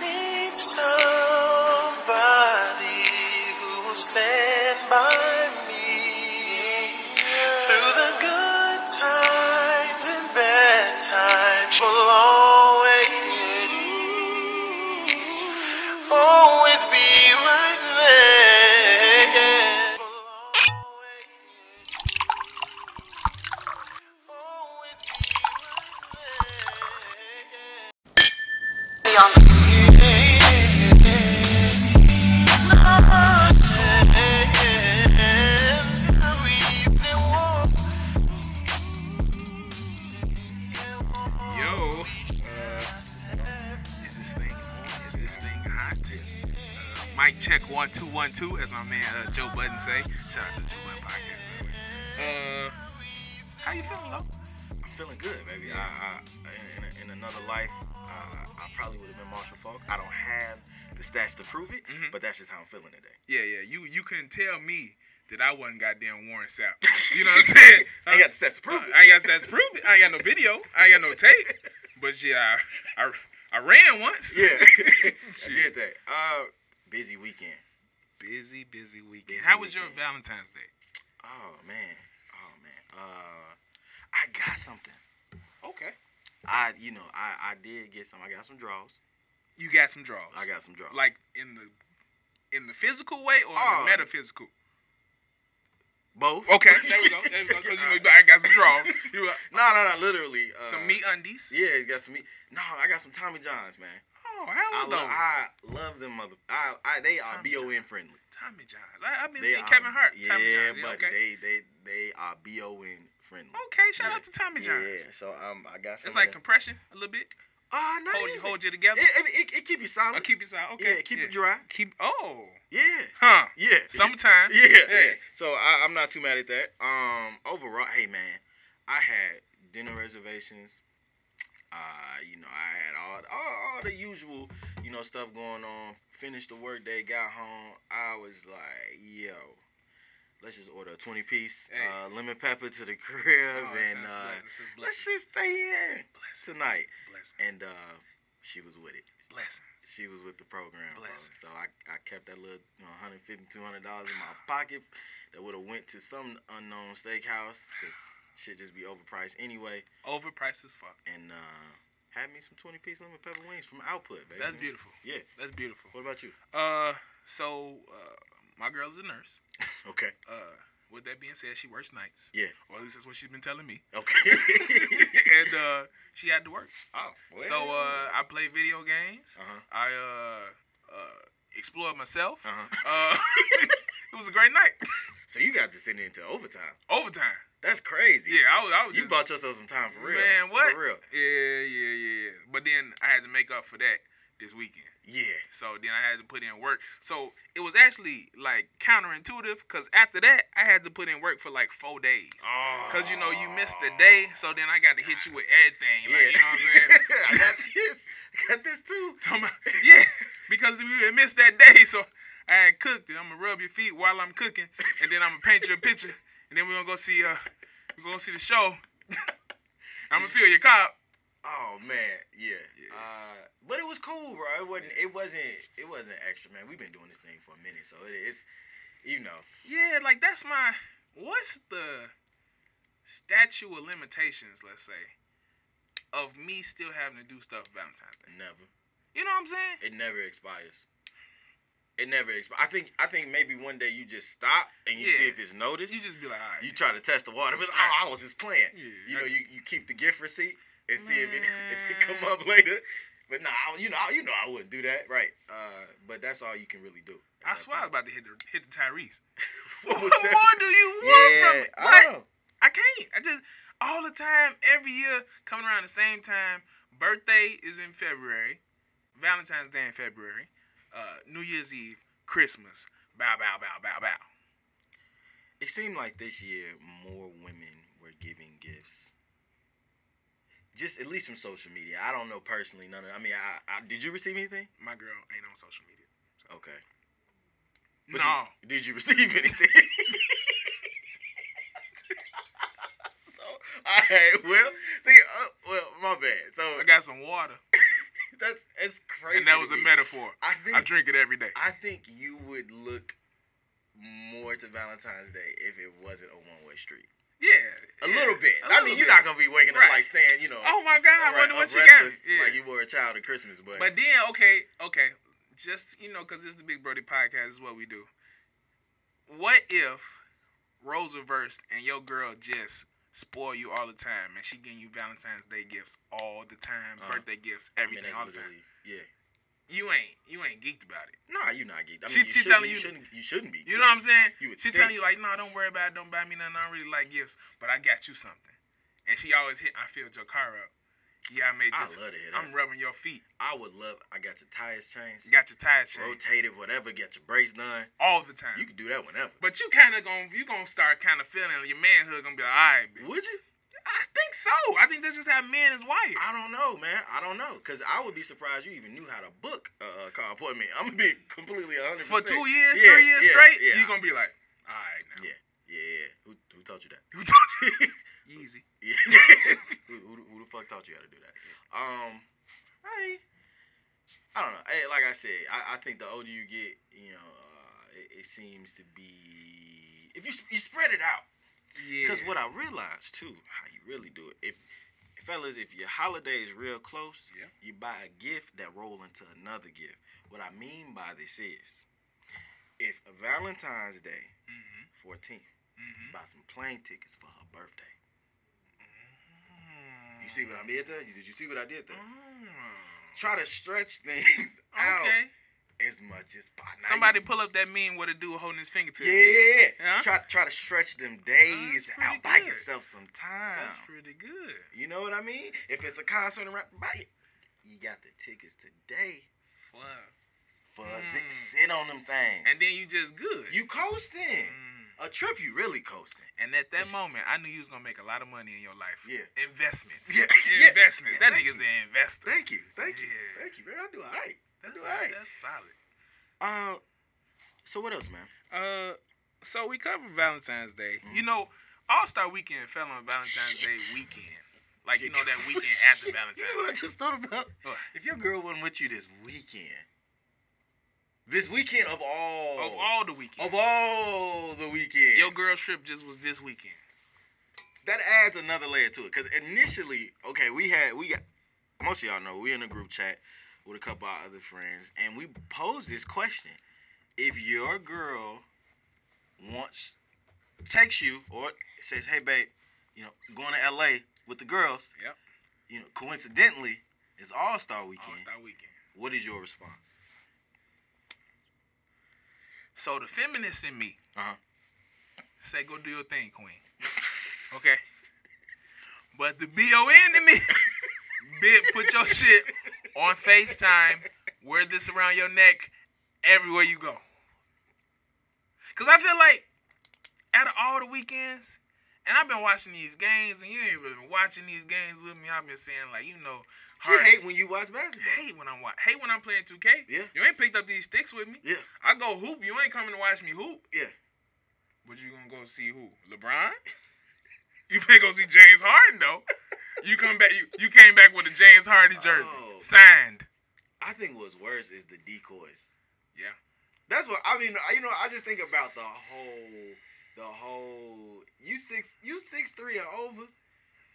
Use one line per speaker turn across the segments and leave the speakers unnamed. need somebody who will stand by me through the good times and bad times. Will always, always be right there. Will always, always be right there. Yo, uh, is this thing on? Is this thing hot? Uh, mic check one two one two, as my man uh, Joe Budden say. Shout out to the Joe Budden podcast. by the way. Uh, how you feeling, though?
I'm feeling good, baby. I, I, in, in in another life, uh, I probably would have been Marshall Falk. I don't have the stats to prove it,
Mhm.
but that's just how I'm feeling today.
Yeah, yeah. You you couldn't tell me that I wasn't goddamn Warren Sapp. You know what I'm saying?
I ain't got the stats to prove it.
uh, I ain't got stats to prove it. I ain't got no video. I ain't got no tape. But yeah, I I, I ran once.
yeah, I
Shit.
did that. Uh, busy weekend.
Busy, busy weekend.
Busy
How was your
weekend.
Valentine's Day?
Oh man, oh man. Uh, I got something.
Okay.
I, you know, I, I did get some. I got some draws.
You got some draws.
I got some draws.
like in the in the physical way or in
Oh.
the metaphysical.
both.
Okay, there we go. There we go. 'Cause you know, I got some draws. You got
no, no, no. Literally. Uh,
some meat undies.
Yeah, he's got some meat. No, I got some Tommy Johns, man.
Oh, how
I,
are
lo-
those?
I love them mother. I, I they are
Tommy
bon
John.
friendly.
Tommy John's. I, I've been
They
seeing
are
Kevin Hart.
Yeah,
Tommy John's. Yeah,
buddy.
okay.
They they they are bon friendly.
Okay, shout
Yeah.
out to Tommy
Yeah,
John's.
yeah. So um, I got some.
It's
of
like
them.
compression a little bit.
Ah, not
Hold you,
even.
hold you together.
It, it, it, it keep you
Or
solid.
keep it solid. Okay.
Yeah, keep it dry.
Keep oh.
Yeah.
Huh.
Yeah.
Sometime.
Yeah, yeah.
Yeah.
So I, I'm not too mad at that. Um, overall, hey man, I had dinner reservations. Uh, you know, I had all, all all the usual, you know, stuff going on. Finished the workday, got home. I was like, yo, let's just order a 20 piece
Hey.
uh, lemon pepper to the crib,
Oh, that
and
sounds
uh,
blessed. This is
let's
blessings.
just stay here
Blessings.
tonight.
Blessings.
And uh, she was with it
blessings.
she was with the program, bro.
Blessings.
So I, I kept that little you know, 150 200 dollars in my pocket that would have went to some unknown steakhouse because shit just be overpriced anyway.
Overpriced as fuck.
And uh, had me some 20 piece lemon pepper wings from Output, baby.
That's
man.
beautiful.
Yeah.
That's beautiful.
What about you?
Uh, so uh, my girl's a nurse.
Okay.
Uh, with that being said, she works nights.
Yeah.
Or at least that's what she's been telling me.
Okay.
and uh, she had to work.
oh,
So uh, I play video games.
Uh huh.
I uh, uh, explored myself.
Uh huh.
Uh, it was a great night.
So you got to send it into overtime.
Overtime.
That's crazy.
Yeah, I was. I was
You
just,
bought yourself some time for real.
Man, what?
For real.
Yeah, yeah, yeah. yeah. But then I had to make up for that this weekend.
Yeah.
So then I had to put in work. So it was actually like counterintuitive because after that I had to put in work for like four days.
Oh.
Cause you know you missed a day, so then I got to hit you with everything.
Yeah.
Like, you know what I'm saying?
I got this. I got this too.
Talking about- yeah, because we had missed that day, so I had cooked. And I'm gonna rub your feet while I'm cooking, and then I'm gonna paint you a picture, and then we're gonna go see uh, we're gonna see the show. I'm gonna feel your cop.
Oh man, yeah.
Yeah.
Uh, but it was cool, bro. It wasn't. It wasn't. It wasn't extra, man. We've been doing this thing for a minute, so it, it's, you know,
Yeah, like that's my. What's the statute of limitations? Let's say of me still having to do stuff Valentine's Day.
never.
You know what I'm saying?
It never expires. It never expires. I think. I think maybe one day you just stop and you see
Yeah.
if it's noticed.
You just be like, all right.
You try to test the water, but oh, I was just playing.
Yeah,
You
I-
know, you, you keep the gift receipt and see if it if it come
Man.
up later. But nah, I- you know, you know, I wouldn't do that, right? Uh, but that's all you can really do. at
I
that
swear I was
point.
about to hit the hit the Tyrese.
What
what
was that?
more do you want from
Yeah,
me?
I
What?
don't know.
I can't. I just all the time, every year, coming around the same time. Birthday is in February, Valentine's Day in February, uh, New Year's Eve, Christmas. Bow, bow, bow, bow, bow.
It seemed like this year more women were giving gifts. Just at least from social media. I don't know personally none of I mean, I, I did you receive anything?
My girl ain't on social media.
Okay. But
No,
Did, did you receive anything? so, all right. Well, see, uh, well, my bad. So,
I got some water.
that's it's crazy.
and that
to
was a
me.
metaphor.
I think
I drink it every day.
I think you would look more to Valentine's Day if it wasn't a one way street.
Yeah,
A
yeah,
little bit.
a
I
little
mean, you're
bit.
not gonna be waking
Right.
up like staying, you know.
Oh my God! I
alright,
wonder what
up
you got.
restless
Yeah.
Like you were a child at Christmas, but,
But then, okay, okay, just you know, because this is the Big Brody podcast this is what we do. What if roles reversed and your girl just spoil you all the time, and she getting you Valentine's Day gifts all the time,
Uh-huh.
birthday gifts,
I mean,
everything
that's
all the time?
literally- yeah.
You ain't you ain't geeked about it.
Nah, you're not getting. I mean,
She-
you,
she
shouldn't,
telling
you,
you-
shouldn't. You shouldn't be.
You know what I'm saying?
You would
She
think.
telling you like, no, don't worry about it. Don't buy me nothing. I don't really like gifts, but I got you something. And she always hit. I filled your car up. Yeah, I made
I
this.
love to hear that.
I'm rubbing your feet.
I would love. I got your tires changed,
Got your tires changed
rotated, whatever. Got your brakes done.
all the time.
You can do that whenever.
But you kind of gonna you gonna start kind of feeling your manhood gonna be like, all right, bitch.
Would you?
I think so. I think that's just how men is wired.
I don't know, man. I don't know, cause I would be surprised you even knew how to book a a car appointment. I'm gonna be completely 100.
For two years,
Yeah,
three years
yeah,
straight,
yeah.
you gonna be like, all right now.
Yeah, yeah. yeah. Who, who taught you that?
Who told you? Easy.
Yeah. who, who, the- who the fuck taught you how to do that? Um, I, I don't know. Hey, like I said, I, I think the older you get, you know, uh, it, it seems to be if you s- you spread it out.
Yeah.
Because what I realized too, how you really do it, if fellas, if your holiday is real close,
Yeah.
you buy a gift that roll into another gift. What I mean by this is, if a Valentine's Day,
Mhm.
14th,
Mhm.
buy some plane tickets for her birthday. You see what I
Mm-hmm.
did there? You- Did you see what I did there?
Mm.
Try to stretch things out
Okay.
as much as possible.
Somebody pull up that meme with a dude holding his finger to
Yeah,
his head.
yeah, yeah.
Huh?
Try, try to stretch them days
That's pretty
out by
good.
yourself some time.
That's pretty good.
You know what I mean? If it's a concert around, buy it. You got the tickets today
Fuck.
for
Mm.
the, sit on them things.
And then you just good.
you coasting.
Mm.
A trip you really coasting.
And at that
Cause-
moment, I knew you was gonna make a lot of money in your life.
Yeah.
Investments.
Yeah, yeah,
Investments.
yeah,
that
thank
nigga's
you.
an investor.
Thank you, thank you,
Yeah.
thank you, man. I do alright.
That's,
do alright.
that's solid.
Uh, so what else, man?
Uh, so we covered Valentine's Day.
Mhm.
You know, All Star Weekend fell on Valentine's
Shit.
Day weekend. Like you know that weekend after
Shit,
Valentine's.
You know what I just thought about?
What?
If your girl wasn't with you this weekend, this weekend of all
Of all the weekend.
of all the weekends,
Your girl trip just was this weekend.
that adds another layer to it. Cause initially, okay, we had we got most of y'all know we in a group chat with a couple of our other friends, and we posed this question: If your girl wants texts you or says, "Hey, babe, you know, going to LA with the girls,"
Yep.
you know, coincidentally, it's All Star Weekend.
All Star Weekend.
What is your response?
So the feminist in me
Uh-huh.
say, "Go do your thing, queen." Okay. But the BON in me, bit put your shit on FaceTime, wear this around your neck everywhere you go. Cause I feel like out of all the weekends, and I've been watching these games, and you ain't really been watching these games with me. I've been saying like, you know,
She
Harden-
hate when you watch basketball.
hate when I'm wa- hate when I'm playing 2K.
Yeah.
You ain't picked up these sticks with me.
Yeah,
I go hoop, you ain't coming to watch me hoop.
yeah.
But you gonna go see who? LeBron? You ain't gonna see James Harden though. You come back. You, you came back with a James Harden jersey
Oh.
signed.
I think what's worse is the decoys.
Yeah.
That's what I mean. I- You know, I just think about the whole, the whole. You six, you six three and over.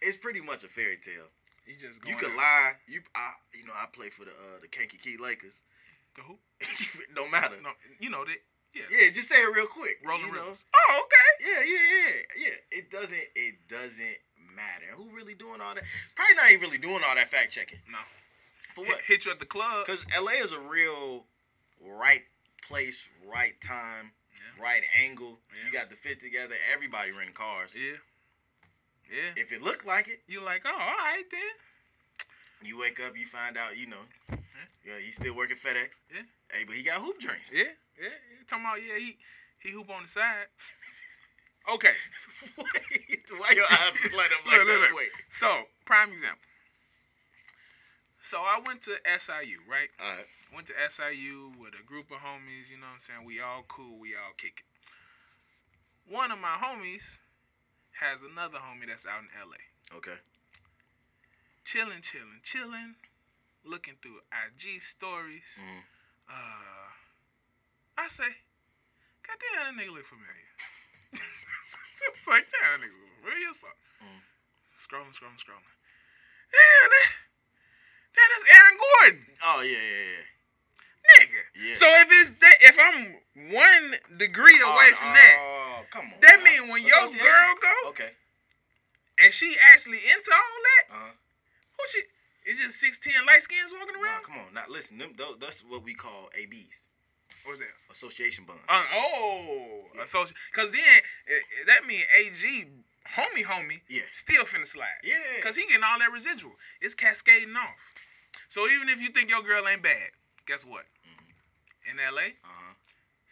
It's pretty much a fairy tale.
You just
You
going
could
out
lie. You, I, you know, I play for the uh, the Kankakee Lakers.
the hoop.
It don't matter.
No, you know that. Yeah.
Yeah, just say it real quick.
Rolling
you know?
Rivers. Oh, okay.
Yeah, yeah, yeah, yeah. It doesn't. It doesn't matter. Who really doing all that? Probably not even really doing all that fact checking.
No.
For
Hit,
what?
hit you at the club.
Because LA is a real right place, right time,
Yeah.
right angle.
Yeah.
You got the fit together. Everybody renting cars.
Yeah. Yeah.
If it looked like it,
You like, oh, all right then.
you wake up, you find out, you know, yeah, he's still working FedEx.
Yeah.
Hey, but he got hoop dreams.
Yeah. Yeah. yeah. Talking about yeah, he he hoop on the side. Okay.
Wait, Why your eyes just light up like
Look, look,
that?
look.
Wait.
So prime example. So I went to SIU, right?
All right.
Went to SIU with a group of homies, you know what I'm saying? We all cool, we all kick it. One of my homies has another homie that's out in LA.
Okay.
Chilling, chilling, chilling. looking through IG stories.
Mhm.
Uh, I say, God damn, that nigga look familiar. it's like, damn, that nigga look familiar as fuck.
Mhm.
Scrolling, scrolling, scrolling. Damn, that, damn, that's Aaron Gordon,
Oh yeah, yeah, yeah.
nigga.
Yeah.
So if it's that, if I'm one degree away
Oh,
from that,
Oh, come on.
that
now.
mean when your
Association?
girl go
Okay.
and she actually into all that,
Uh-huh.
who she? It's just six ten light skins walking
Nah,
around.
come on. Now listen, them, tho- that's what we call ABs,
What's that?
association bonds.
Uh, oh, associate. Cause then eh, eh, that mean AG homie homie
Yeah.
still finna slide.
Yeah.
Cause he getting all that residual. It's cascading off. So even if you think your girl ain't bad, guess what? In LA,
Uh-huh.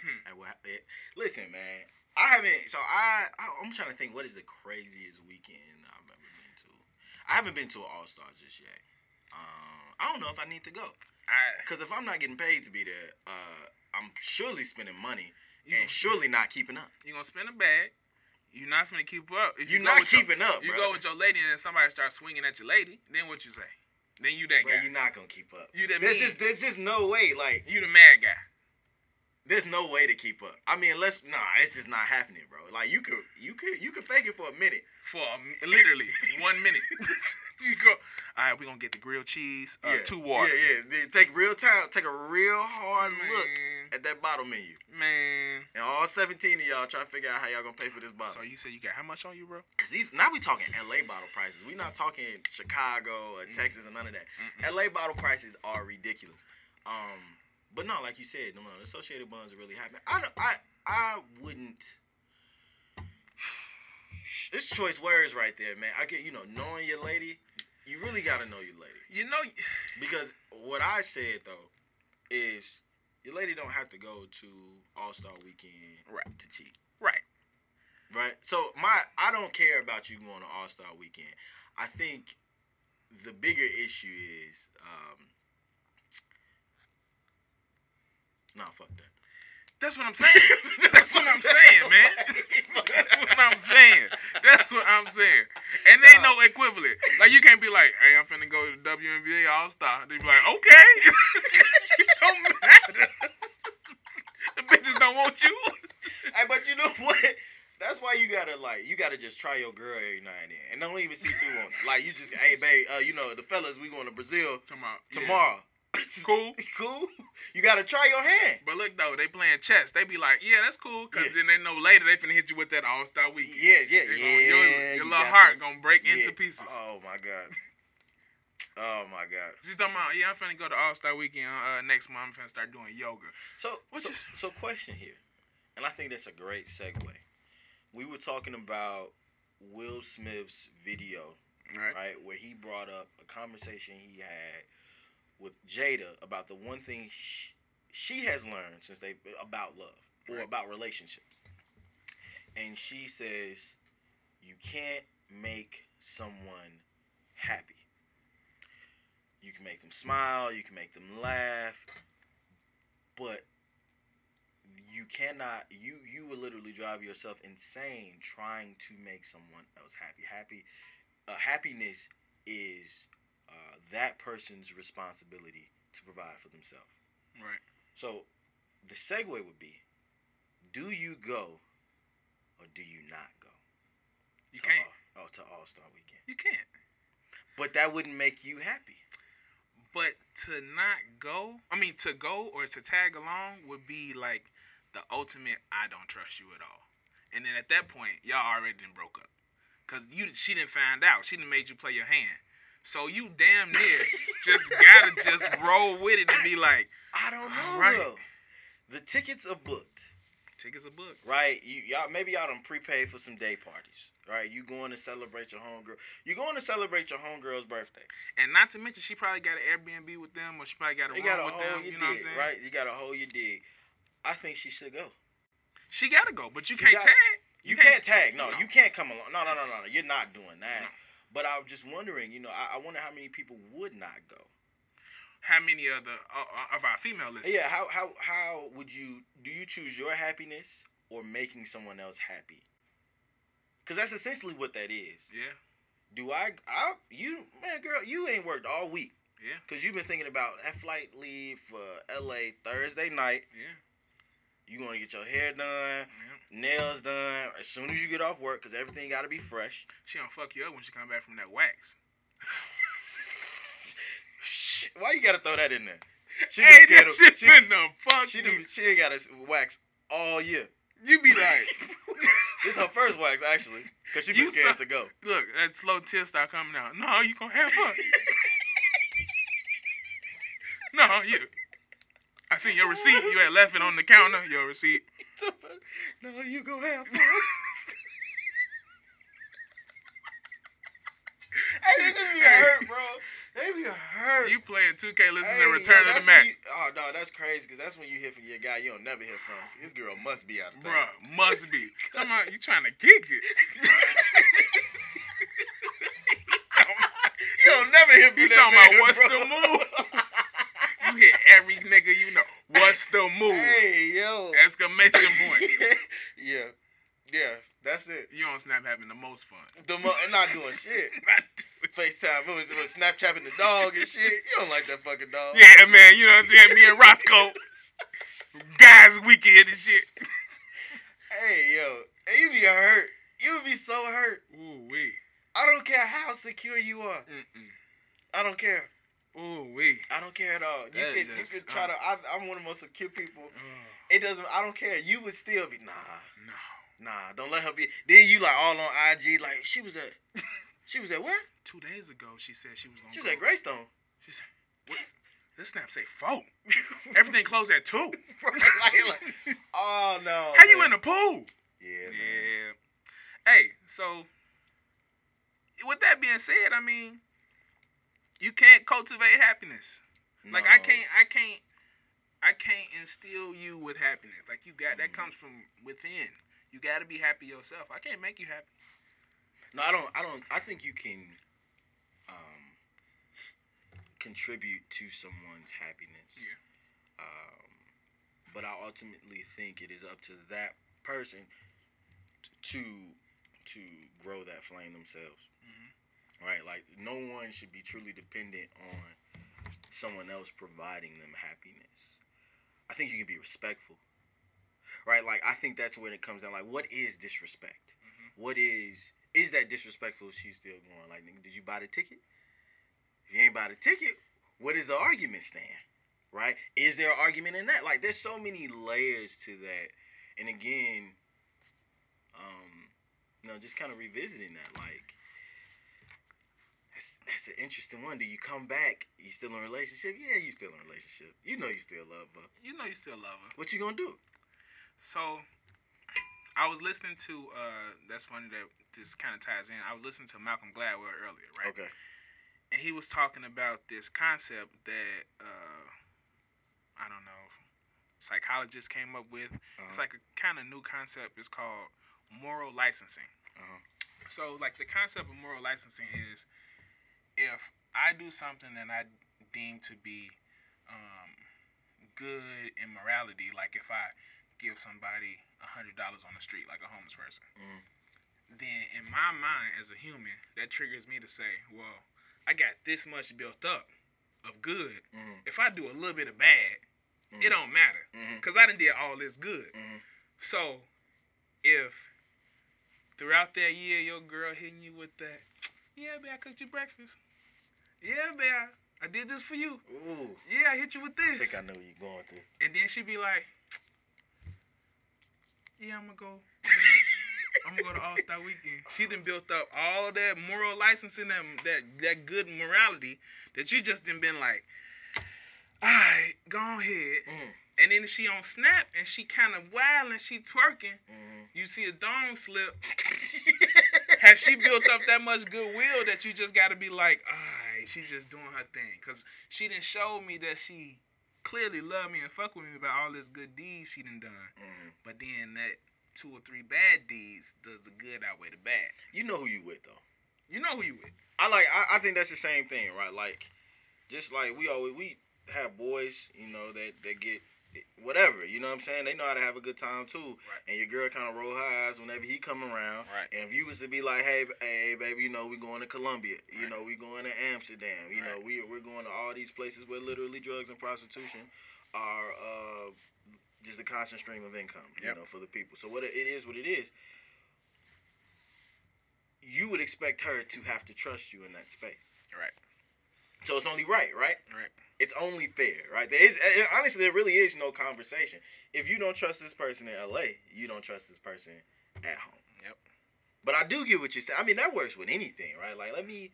Hmm.
And what hap- it- listen, man. I haven't so I, I I'm trying to think what is the craziest weekend I've ever been to. I haven't been to an All Star just yet. Um, I don't know if I need to go
I
because if I'm not getting paid to be there, uh, I'm surely spending money
You-
and surely not keeping up.
you gonna spend a bag. You not finna keep up. If
You're
go
not
with your-
keeping up,
You
bro.
go with your lady and then somebody starts swinging at your lady. Then what you say? Then you that
Bro,
guy.
you're not gonna keep up.
You that
there's
mean.
just there's just no way. Like
You the mad guy.
there's no way to keep up. I mean, unless nah, it's just not happening, bro. Like you could you could you could fake it for a minute.
for a m literally one minute. you go. All right, we gonna get the grilled cheese, uh,
Yeah.
two waters.
Yeah, yeah. Then Take real time. Take a real hard look
Man.
at that bottle menu.
Man.
And all 17 of y'all try to figure out how y'all gonna pay for this bottle.
So you said you got how much on you, bro?
Cause these now we talking LA bottle prices. We not talking Chicago or Texas or none of that. LA bottle prices are ridiculous. Um, but no, like you said, no, no, associated bonds are really happening. I don't, I I wouldn't. It's choice words right there, man. I get you know knowing your lady, you really gotta know your lady.
You know,
Because what I said though is your lady don't have to go to All Star Weekend
Right.
to cheat.
right?
Right. So my I don't care about you going to All Star Weekend. I think the bigger issue is um Nah, fuck that.
That's what I'm saying. That's what I'm saying, man. That's what I'm saying. That's what I'm saying. And ain't no equivalent. Like you can't be like, "Hey, I'm finna go to the WNBA All Star." They be like, "Okay, it don't matter." the bitches don't want you.
Hey, but you know what? That's why you gotta like you gotta just try your girl every now and then, and don't even see through on it. Like you just, hey babe, uh, you know the fellas we going to Brazil
Tomorrow, yeah.
tomorrow.
cool.
cool. You gotta try your hand.
But look though, they playing chess. They be like, yeah, that's cool, cause
Yeah.
then they know later they finna hit you with that All Star Weekend.
Yeah,
They
yeah, yeah.
gonna- your your
you
little
got
heart
that.
gonna break
Yeah.
into pieces.
Oh my god. Oh my god.
She's talking about, yeah, I'm finna go to All Star Weekend uh, next month. I'm finna start doing yoga.
So,
What
so,
you-
so question here, and I think that's a great segue. We were talking about Will Smith's video,
Right?
right, where he brought up a conversation he had with Jada about the one thing she, she has learned since they about love or
Right.
about relationships, and she says, "You can't make someone happy. You can make them smile, you can make them laugh, but you cannot you you will literally drive yourself insane trying to make someone else happy. Happy uh, happiness is uh, that person's responsibility to provide for themselves.
Right.
So the segue would be do you go or do you not go?
You
to
can't.
All, oh, to All Star Weekend.
You can't.
But that wouldn't make you happy.
But to not go, I mean, to go or to tag along would be like the ultimate. I don't trust you at all. And then at that point, y'all already done broke up, cause you she didn't find out. She didn't made you play your hand. So you damn near just gotta just roll with it and be like,
I don't know
Alright.
though. The tickets are booked,
tickets are booked.
right? You y'all maybe y'all done prepaid for some day parties, right? You going to celebrate your homegirl. You going to celebrate your homegirl's birthday.
And not to mention, she probably got an Airbnb with them, or she probably got a
You
room
got to
with
hold
them.
your
You know what I'm
dig,
saying?
right? You got to hold your dig. I think she should go.
She gotta go, but you
She
can't
got-
tag.
You, can't, tag. No,
No.
you can't come along. No, no, no, no, no. You're not doing that.
No.
But I was just wondering, you know, I, I wonder how many people would not go.
How many other uh, uh, of our female listeners?
Yeah, how how how would you do you choose your happiness or making someone else happy? Cause that's essentially what that is.
yeah,
Do I I you man girl, you ain't worked all week.
Yeah.
Cause you've been thinking about that flight leave for LA Thursday night.
Yeah.
You gonna get your hair done,
Yeah.
nails done as soon as you get off work, cause everything gotta be fresh.
She don't fuck you up when she come back from that wax.
Shit, why you gotta throw that in there? She
hey,
done
that
scared
shit
of- she-
been the fuck
She
me.
done, she ain't gotta s- wax all year.
You be like,
It's her first wax actually, cause she been
You
scared
suck.
to go.
look, that slow tear start coming out. No, you gonna have fun. no, you. I seen your receipt. You had left it on the counter. Your receipt.
no, you go have fun. hey, they be hurt, bro. They be hurt.
You playing 2K, listening
Hey,
to Return
yo,
of
that's
the
when
Mac.
you- oh no, that's crazy because that's when you hear from your guy you don't never hear from. This girl must be out of town.
Bruh, must be. Talking about you trying to gig it.
You don't never hear from
You
that
talking
man,
about what's
bro.
the move? You hit every nigga you know. What's the move?
Hey yo.
Exclamation point.
yeah, yeah, that's it.
You on Snap having the most fun.
The mo- not doing shit. FaceTime, it was, it was Snapchatting the dog and shit. You don't like that fucking dog.
yeah, man. You know what I'm saying? Me and Roscoe. Guys, we can hit this shit.
Hey yo, and you be hurt. You be so hurt.
Ooh wee.
I don't care how secure you are.
Mm-mm.
I don't care.
Ooh wee.
I don't care at all. You
That
can
is
you
just-
can try
uh.
to. I, I'm one of the most secure people.
Oh,
It doesn't. I don't care. You would still be nah,
no.
nah. Don't let her be. Then you like all on IG like she was at. She was at where?
Two days ago, she said she was gonna.
She
go.
was at Greystone.
She said, "What? This Snap say four. Everything closed at two.
like, like, oh no.
How you
Oh, man.
in the pool?
Yeah, man.
Yeah. Hey, so with that being said, I mean, you can't cultivate happiness. Like I
No.
can't, I can't, I can't instill you with happiness. Like you got
Mm-hmm.
that comes from within. You got to be happy yourself. I can't make you happy.
No, I don't. I don't. I think you can um, contribute to someone's happiness.
Yeah.
Um, but I ultimately think it is up to that person t- to to grow that flame themselves. Right. Like no one should be truly dependent on someone else providing them happiness. I think you can be respectful. Right. Like I think that's when it comes down. Like what is disrespect? what is is that disrespectful if she's still going like nigga did you buy the ticket if you ain't buy the ticket what is the argument stand right is there an argument in that like there's so many layers to that and again um you know just kind of revisiting that like that's, that's an interesting one. Do you come back? You still in a relationship? Yeah, you still in a relationship. You know you still love her.
You know, you still love her.
What you gonna do?
So I was listening to uh that's funny that this kind of ties in. I was listening to Malcolm Gladwell earlier, right? And he was talking about this concept that uh I don't know psychologists came up with. It's
Uh-huh.
like a kind of new concept. It's called moral licensing.
Uh-huh.
So like the concept of moral licensing is if I do something that I deem to be um, good in morality, like if I give somebody a hundred dollars on the street, like a homeless person,
Mhm.
then in my mind as a human, that triggers me to say, well, I got this much built up of good.
Mhm.
If I do a little bit of bad, it don't matter
Mhm.
because I done did all this good.
Mhm.
So if throughout that year your girl hitting you with that, yeah, babe, I cooked you breakfast. Yeah, babe, I, I did this for you.
Uh-huh. Ooh,
Yeah, I hit you with
I
this.
think I know where you're going with this.
And then she be like, "Yeah, I'm gonna go. I'm gonna go to All Star Weekend." She done built up all that moral licensing, that that that good morality that you just done been like, "All right, go on ahead."
Mm.
And then she on Snap and she kind of wild and she twerking.
Mhm.
You see a thong slip. Has she built up that much goodwill that you just got to be like, all right, she's just doing her thing? Because she didn't show me that she clearly loved me and fuck with me about all this good deeds she done done.
Mhm.
But then that two or three bad deeds does the good outweigh the bad.
You know who you with though.
You know who you with.
I like. I, I think that's the same thing, right? Like, just like we always we have boys, you know, that that get whatever. You know what I'm saying? They know how to have a good time too.
Right.
And your girl kind of roll her eyes whenever he come around.
Right.
And if you was to be like, hey, ba- hey, baby, you know we going to Colombia. You
Right.
know we going to Amsterdam. You know
Right.
we we're going to all these places where literally drugs and prostitution are uh, just a constant stream of income.
Yep.
You know for the people. So what it it is, what it is. You would expect her to have to trust you in that space.
Right.
So it's only right, right?
Right.
It's only fair, right? There is and honestly, there really is no conversation. If you don't trust this person in LA, you don't trust this person at home.
Yep.
But I do get what you're saying. I mean, that works with anything, right? Like, let me,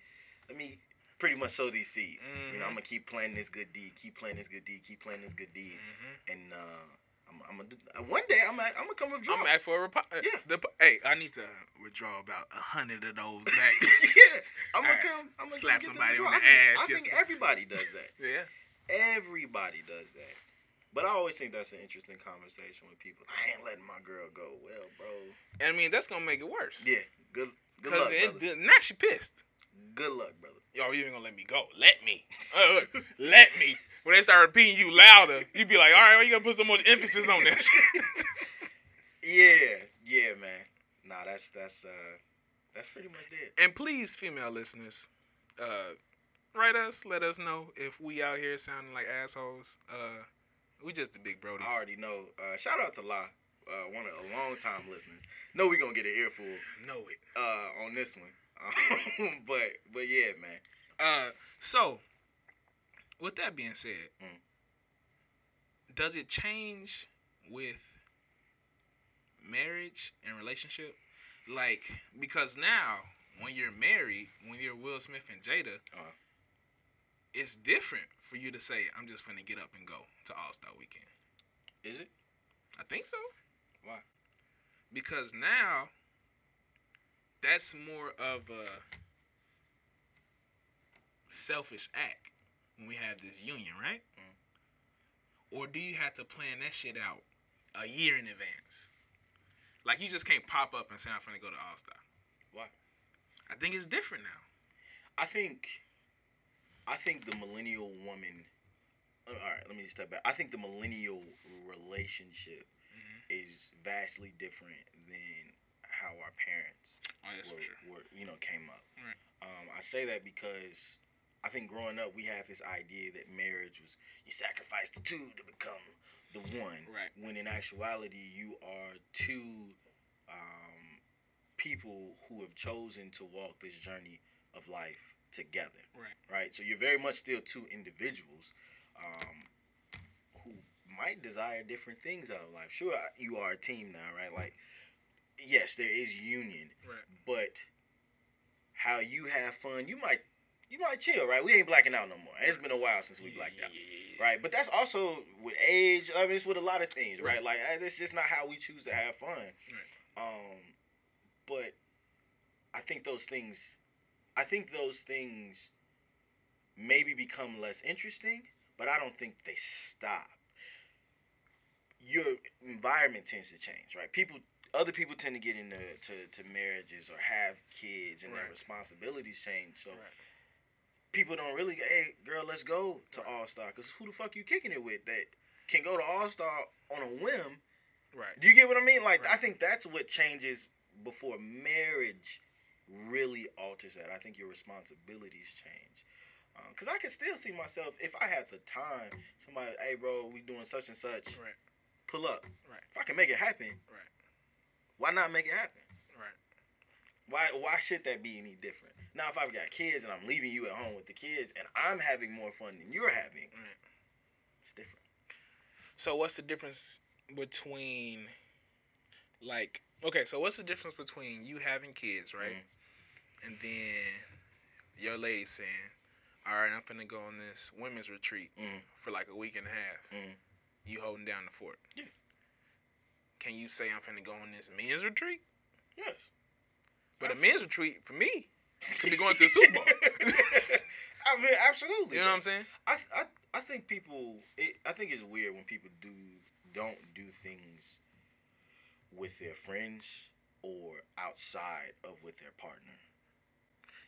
let me pretty much sow these seeds. You know,
Mhm.
I'm gonna keep planting this good deed, keep planting this good deed, keep planting this good deed,
Mm-hmm.
and uh, I'm, I'm gonna do- uh, one day I'm gonna, I'm gonna come withdraw.
I'm at for a repo- uh,
Yeah.
the, Hey, I need to withdraw about a hundred of those back.
yeah, I'm gonna
Ass.
come. I'm gonna
Slap
get this
somebody on
withdrawal.
the
I think-
ass,
I
yes,
think
sir.
everybody does that.
yeah.
Everybody does that. But I always think that's an interesting conversation with people. I ain't letting my girl go. Well, bro.
I mean, that's gonna make it worse.
Yeah. Good. Good
Cause
luck,
it,
brother.
now she pissed.
Good luck, brother.
Yo, you ain't gonna let me go. Let me. Uh, uh, let me. When they start repeating you louder, you be like, all right, why you gonna put so much emphasis on that shit?
Yeah. Yeah, man. Nah, that's that's uh, that's pretty much it.
And please, female listeners, uh, write us. Let us know if we out here sounding like assholes. Uh, we just the big brodies.
I already know. Uh, shout out to La, uh, one of a long time listeners. Know we gonna get an earful
know it.
uh on this one. Um, but but yeah, man.
Uh, so, with that being said,
Mm.
does it change with marriage and relationship? Like, because now when you're married, when you're Will Smith and Jada,
Uh-huh.
it's different for you to say, "I'm just gonna get up and go to All Star Weekend."
Is it?
I think so.
Why?
Because now that's more of a selfish act when we have this union, right?
Mm.
Or do you have to plan that shit out a year in advance? Like you just can't pop up and say I'm finna go to All Star.
Why?
I think it's different now.
I think, I think the millennial woman. uh, All right, let me just step back. I think the millennial relationship is vastly different than how our parents
Oh, that's for
were,
sure.
were, you know, came up.
Right.
Um, I say that because I think growing up we had this idea that marriage was you sacrifice the two to become the one.
Right.
When in actuality you are two um, people who have chosen to walk this journey of life together.
Right.
Right. So you're very much still two individuals um, who might desire different things out of life. Sure, you are a team now, right? Like, yes, there is union,
Right.
but how you have fun, you might you might chill, right? We ain't blacking out no more. It's been a while since we blacked out. Right, but that's also with age. I mean, it's with a lot of things, right?
Right.
Like eh, that's just not how we choose to have fun. Um, but I think those things, I think those things, maybe become less interesting. But I don't think they stop. Your environment tends to change, right? People, other people tend to get into to, to marriages or have kids, and their
Right.
responsibilities change. So
Right.
people don't really go, hey girl let's go to all star because who the fuck you kicking it with that can go to all star on a whim
Right.
do you get what i mean like i
Right.
think that's what changes before marriage really alters that i think your responsibilities change because i could still see myself if i had the time somebody hey bro we doing such and such
Right.
pull up
Right.
if i can make it happen
Right.
why not make it happen
Right.
why why should that be any different? Now if I've got kids and I'm leaving you at home with the kids and I'm having more fun than you're having,
Right.
it's different.
So what's the difference between like okay, so what's the difference between you having kids, right? And then your lady saying, All right, I'm finna go on this women's retreat
Mhm.
for like a week and a half.
Mhm.
You holding down the fort.
Yeah.
Can you say I'm finna go on this men's retreat?
Yes.
But a men's retreat for me could be going to the Super Bowl.
I mean, absolutely.
You know what I'm saying?
I I I think people. It, I think it's weird when people do don't do things with their friends or outside of with their partner.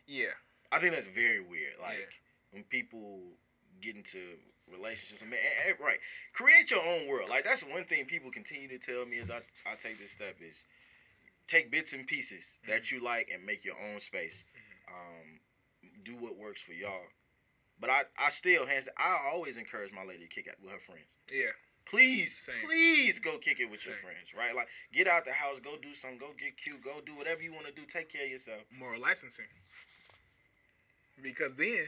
Yeah.
I think that's very weird. Like
Yeah.
when people get into relationships. I mean, eh, eh, right. Create your own world. Like that's one thing people continue to tell me as I, I take this step is take bits and pieces that
Mm-hmm.
you like and make your own space. Um, do what works for y'all. But I, I still hands I always encourage my lady to kick out with her friends.
Yeah.
Please,
Same.
please go kick it with your
Same.
friends, right? Like get out the house, go do something, go get cute, go do whatever you want to do. Take care of yourself.
More licensing. Because then,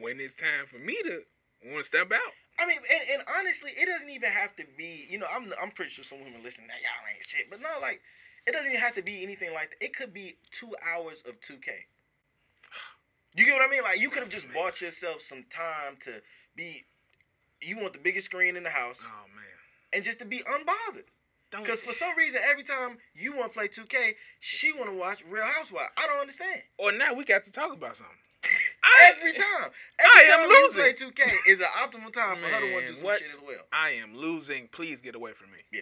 when it's time for me to want to step out,
I mean, and, and honestly, it doesn't even have to be. You know, I'm I'm pretty sure some women listen. Now y'all ain't shit, but no, like it doesn't even have to be anything like that. It could be two hours of two K. You get what I mean? Like you could have
That's
just
amazing.
bought yourself some time to be. You want the biggest screen in the house
oh man,
and just to be unbothered.
don't.
Because for some reason, every time you want to play 2K, she want to watch Real Housewives. I don't understand.
or now we got to talk about something. I,
Every time,
I
every
am
time
losing.
you play 2K is an optimal time for her to want to
Man,
do some
what?
shit as well.
I am losing. Please get away from me.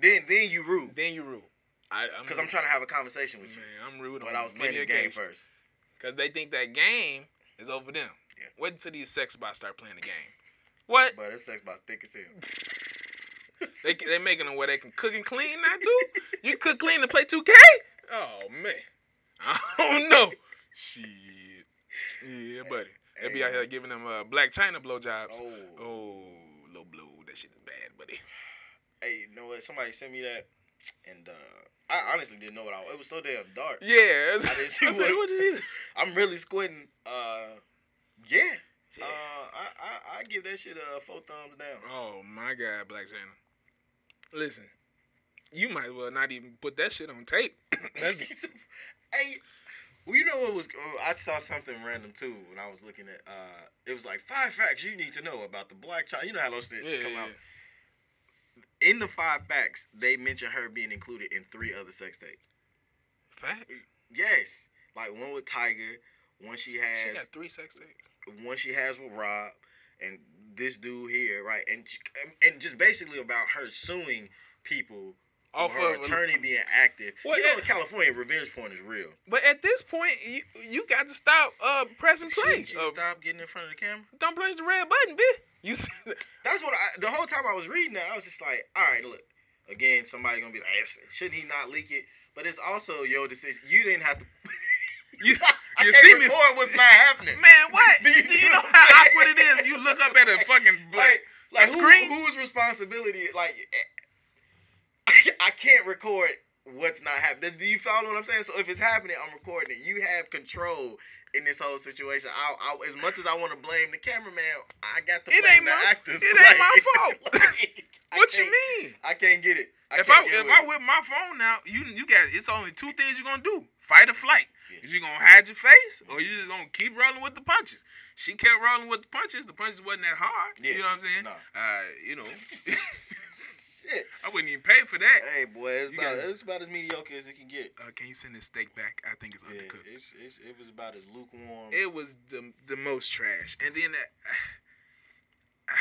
Then, then you rude.
Then you rule. I,
Because I'm trying to have a conversation with you.
Man, I'm rude.
But
on
I was playing
many
this game
occasions.
first.
Because they think that game is over them.
Yeah.
Wait until these sex bots start playing the game. What?
But it's sex box thick as hell.
They they making them where they can cook and clean now too? you cook clean and play 2K? Oh man. I don't know. Shit. Yeah, buddy. They be out here giving them uh, black China blowjobs. Oh.
Oh.
oh, low blow. That shit is bad, buddy.
Hey, you know what? Somebody sent me that. And uh, I honestly didn't know what I It was so damn dark.
Yeah. I
didn't see
was like,
what-
what is it?
I'm really squinting. Uh, yeah.
Yeah.
Uh, I, I, I give that shit uh, four thumbs down.
Oh my God, Black China. Listen, you might as well not even put that shit on tape. That's
hey, well, you know what was? oh, I saw something random too when I was looking at. Uh, it was like five facts you need to know about the black child. You know how those shit
yeah,
come
yeah.
out. In the five facts, they mention her being included in three other sex tapes.
Facts.
Yes, like one with Tiger, one she
She
has,
got three sex tapes.
one she has with Rob, and this dude here, right? And she- and just basically about her suing people.
Off
Off her
of-
attorney being active.
Well,
you know,
yeah.
in California, revenge porn is real.
But at this point, you, you got to stop uh, pressing play.
Shit, you
Uh,
stop getting in front of the camera.
don't press the red button, bitch. You see,
That's what I. The whole time I was reading that, I was just like, all right, look. Again, somebody gonna be like, "Yes, shouldn't he not leak it? But it's also your decision. You didn't have to.
you,
I
you
can't
see me,
record what's not happening.
man. What?
Do you
Do you
see
know
what I'm
how
saying?
awkward it is? You look up at a fucking
like,
like,
like
a
who,
screen.
whose responsibility? Like, eh, I can't record what's not happening. Do you follow what I'm saying? So if it's happening, I'm recording it. You have control in this whole situation. I, I as much as I want to blame the cameraman, I got to
It
blame
ain't
the
my-
actors.
it ain't my fault.
like, I
what you
can't-
mean?
I can't get it. I
if I
can't get
if
with
I
it.
whip my phone out, you you got it's only two things you're gonna do: fight or flight.
Yeah.
You gonna hide your face, or you just gonna keep rolling with the punches. She kept rolling with the punches. The punches wasn't that hard.
Yeah.
You know what I'm saying?
Nah.
Uh, you know,
Shit.
I wouldn't even pay for that.
Hey boy, it's
You
about,
got it.
it's about as mediocre as it can get.
Uh, can you send this steak back? I think it's
Yeah,
undercooked. It,
it's, it's, it was about as lukewarm.
was the the most trash. And then, uh,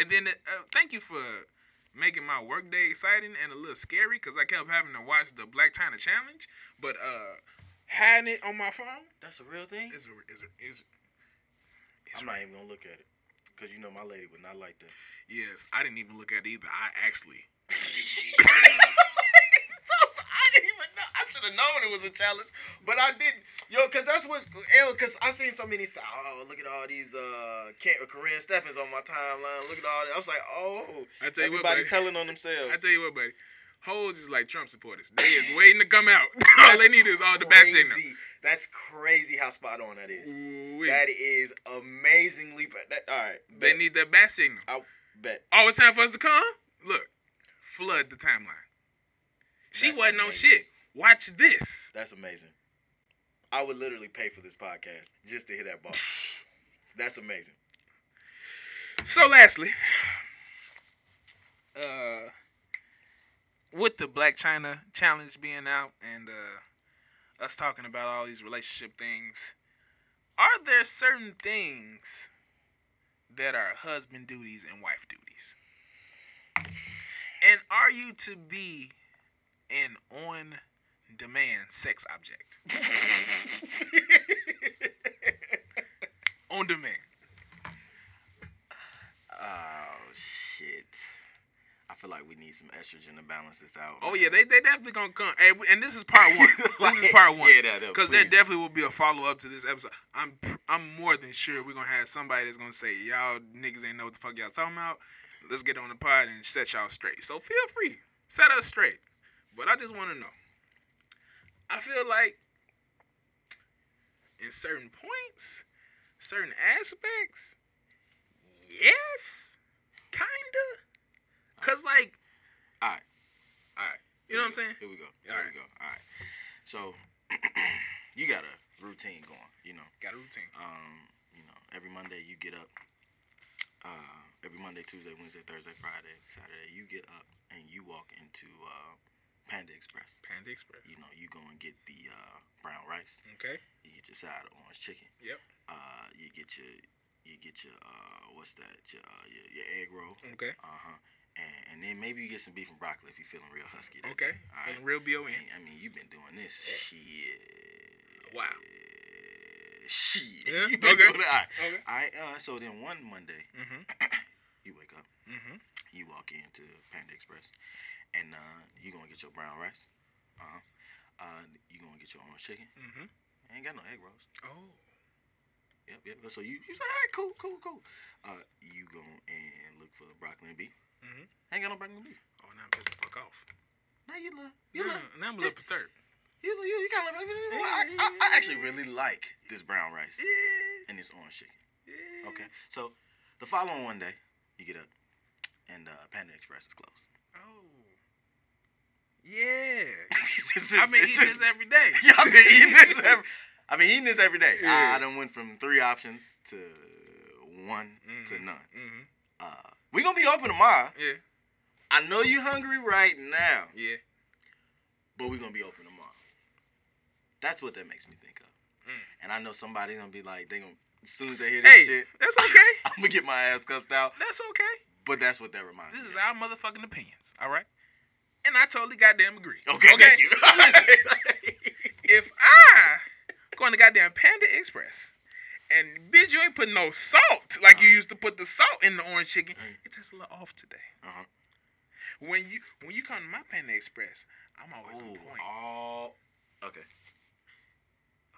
and then, uh, thank you for making my workday exciting and a little scary because I kept having to watch the Black China Challenge, but uh, having it on my phone.
That's a real thing.
is a, is a, is
I'm not even gonna look at it because you know my lady would not like that.
yes. I didn't even look at it either. I actually
I didn't even know. I should have known it was a challenge, but I didn't. Yo, cause that's what. Yo, cause I seen so many. si- Oh, look at all these uh, Kent, Korean Steffens on my timeline. Look at all. That. I was like, oh,
I tell you what,
everybody
buddy.
telling on themselves.
I tell you what, buddy. Hoes is like Trump supporters. They is waiting to come out. all they need is all the back signal.
Crazy. That's crazy how spot on that is.
Ooh-wee.
That is amazingly. That, all right,
They
bet.
need that back signal.
I bet.
Oh, it's time for us to come. Look, flood the timeline. She
That's
wasn't on
amazing.
shit. Watch this.
That's amazing. I would literally pay for this podcast just to hit that ball. That's amazing.
So, lastly, uh, with the Black China challenge being out and uh, us talking about all these relationship things, are there certain things that are husband duties and wife duties? And are you to be an on demand sex object? on demand.
Oh, feel like we need some estrogen to balance this out.
Oh
man.
yeah, they they definitely gonna come, and, we- and this is part one. this is part one.
Yeah, that- that-
because there
please.
definitely will be a follow up to this episode. I'm pr- I'm more than sure we're gonna have somebody that's gonna say y'all niggas ain't know what the fuck y'all talking about. Let's get on the pod and set y'all straight. So feel free, set us straight. But I just want to know. I feel like in certain points, certain aspects, yes, kinda, cause like
All right. All right.
you know what I'm saying.
Here we go. Here
All
we
right.
go. All right. So you got a routine going, you know.
Got a routine.
Um, you know, every Monday you get up. Uh, every Monday, Tuesday, Wednesday, Thursday, Friday, Saturday, you get up and you walk into uh, Panda Express.
Panda Express.
You know, you go and get the uh, brown rice.
Okay.
You get your side of orange chicken.
Yep.
Uh, you get your, you get your, uh, what's that? Your, uh, your, your egg roll.
Okay.
Uh huh. And, and then maybe you get some beef and broccoli if you're feeling real husky. that
Okay.
day. All right.
Feeling real B O N.
Man, I mean, you've been doing this shit.
Wow.
Shit.
Yeah,
You've been
okay.
doing it. All right.
Okay.
I uh, so then one Monday
Mhm.
you wake up,
Mhm.
you walk into Panda Express, and uh, you gonna get your brown rice. Uh-huh. Uh You gonna get your orange chicken.
Mhm.
Ain't got no egg rolls.
Oh.
Yep, yep. So you you say, all right, cool, cool, cool. Uh, you go and look for the broccoli and beef.
Mhm.
Ain't got no broccoli and beef.
Oh, now I'm pissed the fuck off.
Now you look, you
You
look,
now I'm a little perturbed.
you look, you, you got no. I, I, I actually really like this brown rice and this orange chicken. Okay. So the following one day, you get up and uh, Panda Express is closed.
Oh. Yeah.
This is-
I've been eating this every day.
Yeah, I've been eating this every. I've been eating this every day. I,
Yeah.
I done went from three options to one to
Mhm.
none.
Mhm.
Uh, we gonna be open tomorrow.
Yeah.
I know you hungry right now,
Yeah.
but we gonna be open tomorrow. That's what that makes me think of.
Mm.
And I know somebody's gonna be like, they gonna as soon as they hear this
Hey,
shit,
that's okay.
I'm gonna get my ass cussed out.
That's okay.
But that's what that reminds
This
me.
is
of.
our motherfucking opinions. All right. And I totally goddamn agree.
Okay, thank you.
So listen, if I go on the goddamn Panda Express and bitch, you ain't put no salt like you used to put the salt in the orange chicken, it tastes a little off today.
Uh-huh.
When you when you come to my Panda Express, I'm always on
Ooh, uh-huh.
point.
all okay.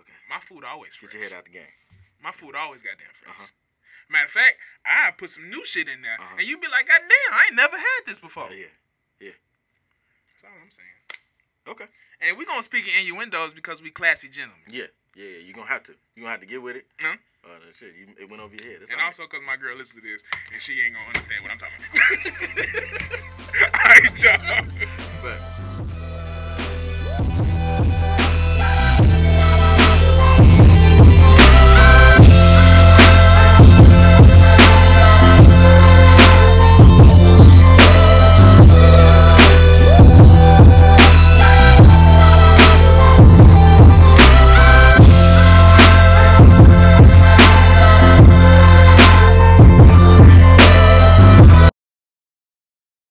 Okay.
My food always fresh.
Get your head out the game.
My food always goddamn fresh.
Uh-huh.
Matter of fact, I put some new shit in there,
Uh-huh.
and you be like, God damn, I ain't never had this before.
Oh yeah.
That's all I'm saying.
Okay.
And we gonna speak in innuendos because we classy gentlemen.
Yeah. Yeah. yeah. You gonna have to. You gonna have to get with it.
Huh?
Oh that shit. You, it went over your head. That's
And
all.
also because my girl listens to this and she ain't gonna understand what I'm talking about. All right, y'all.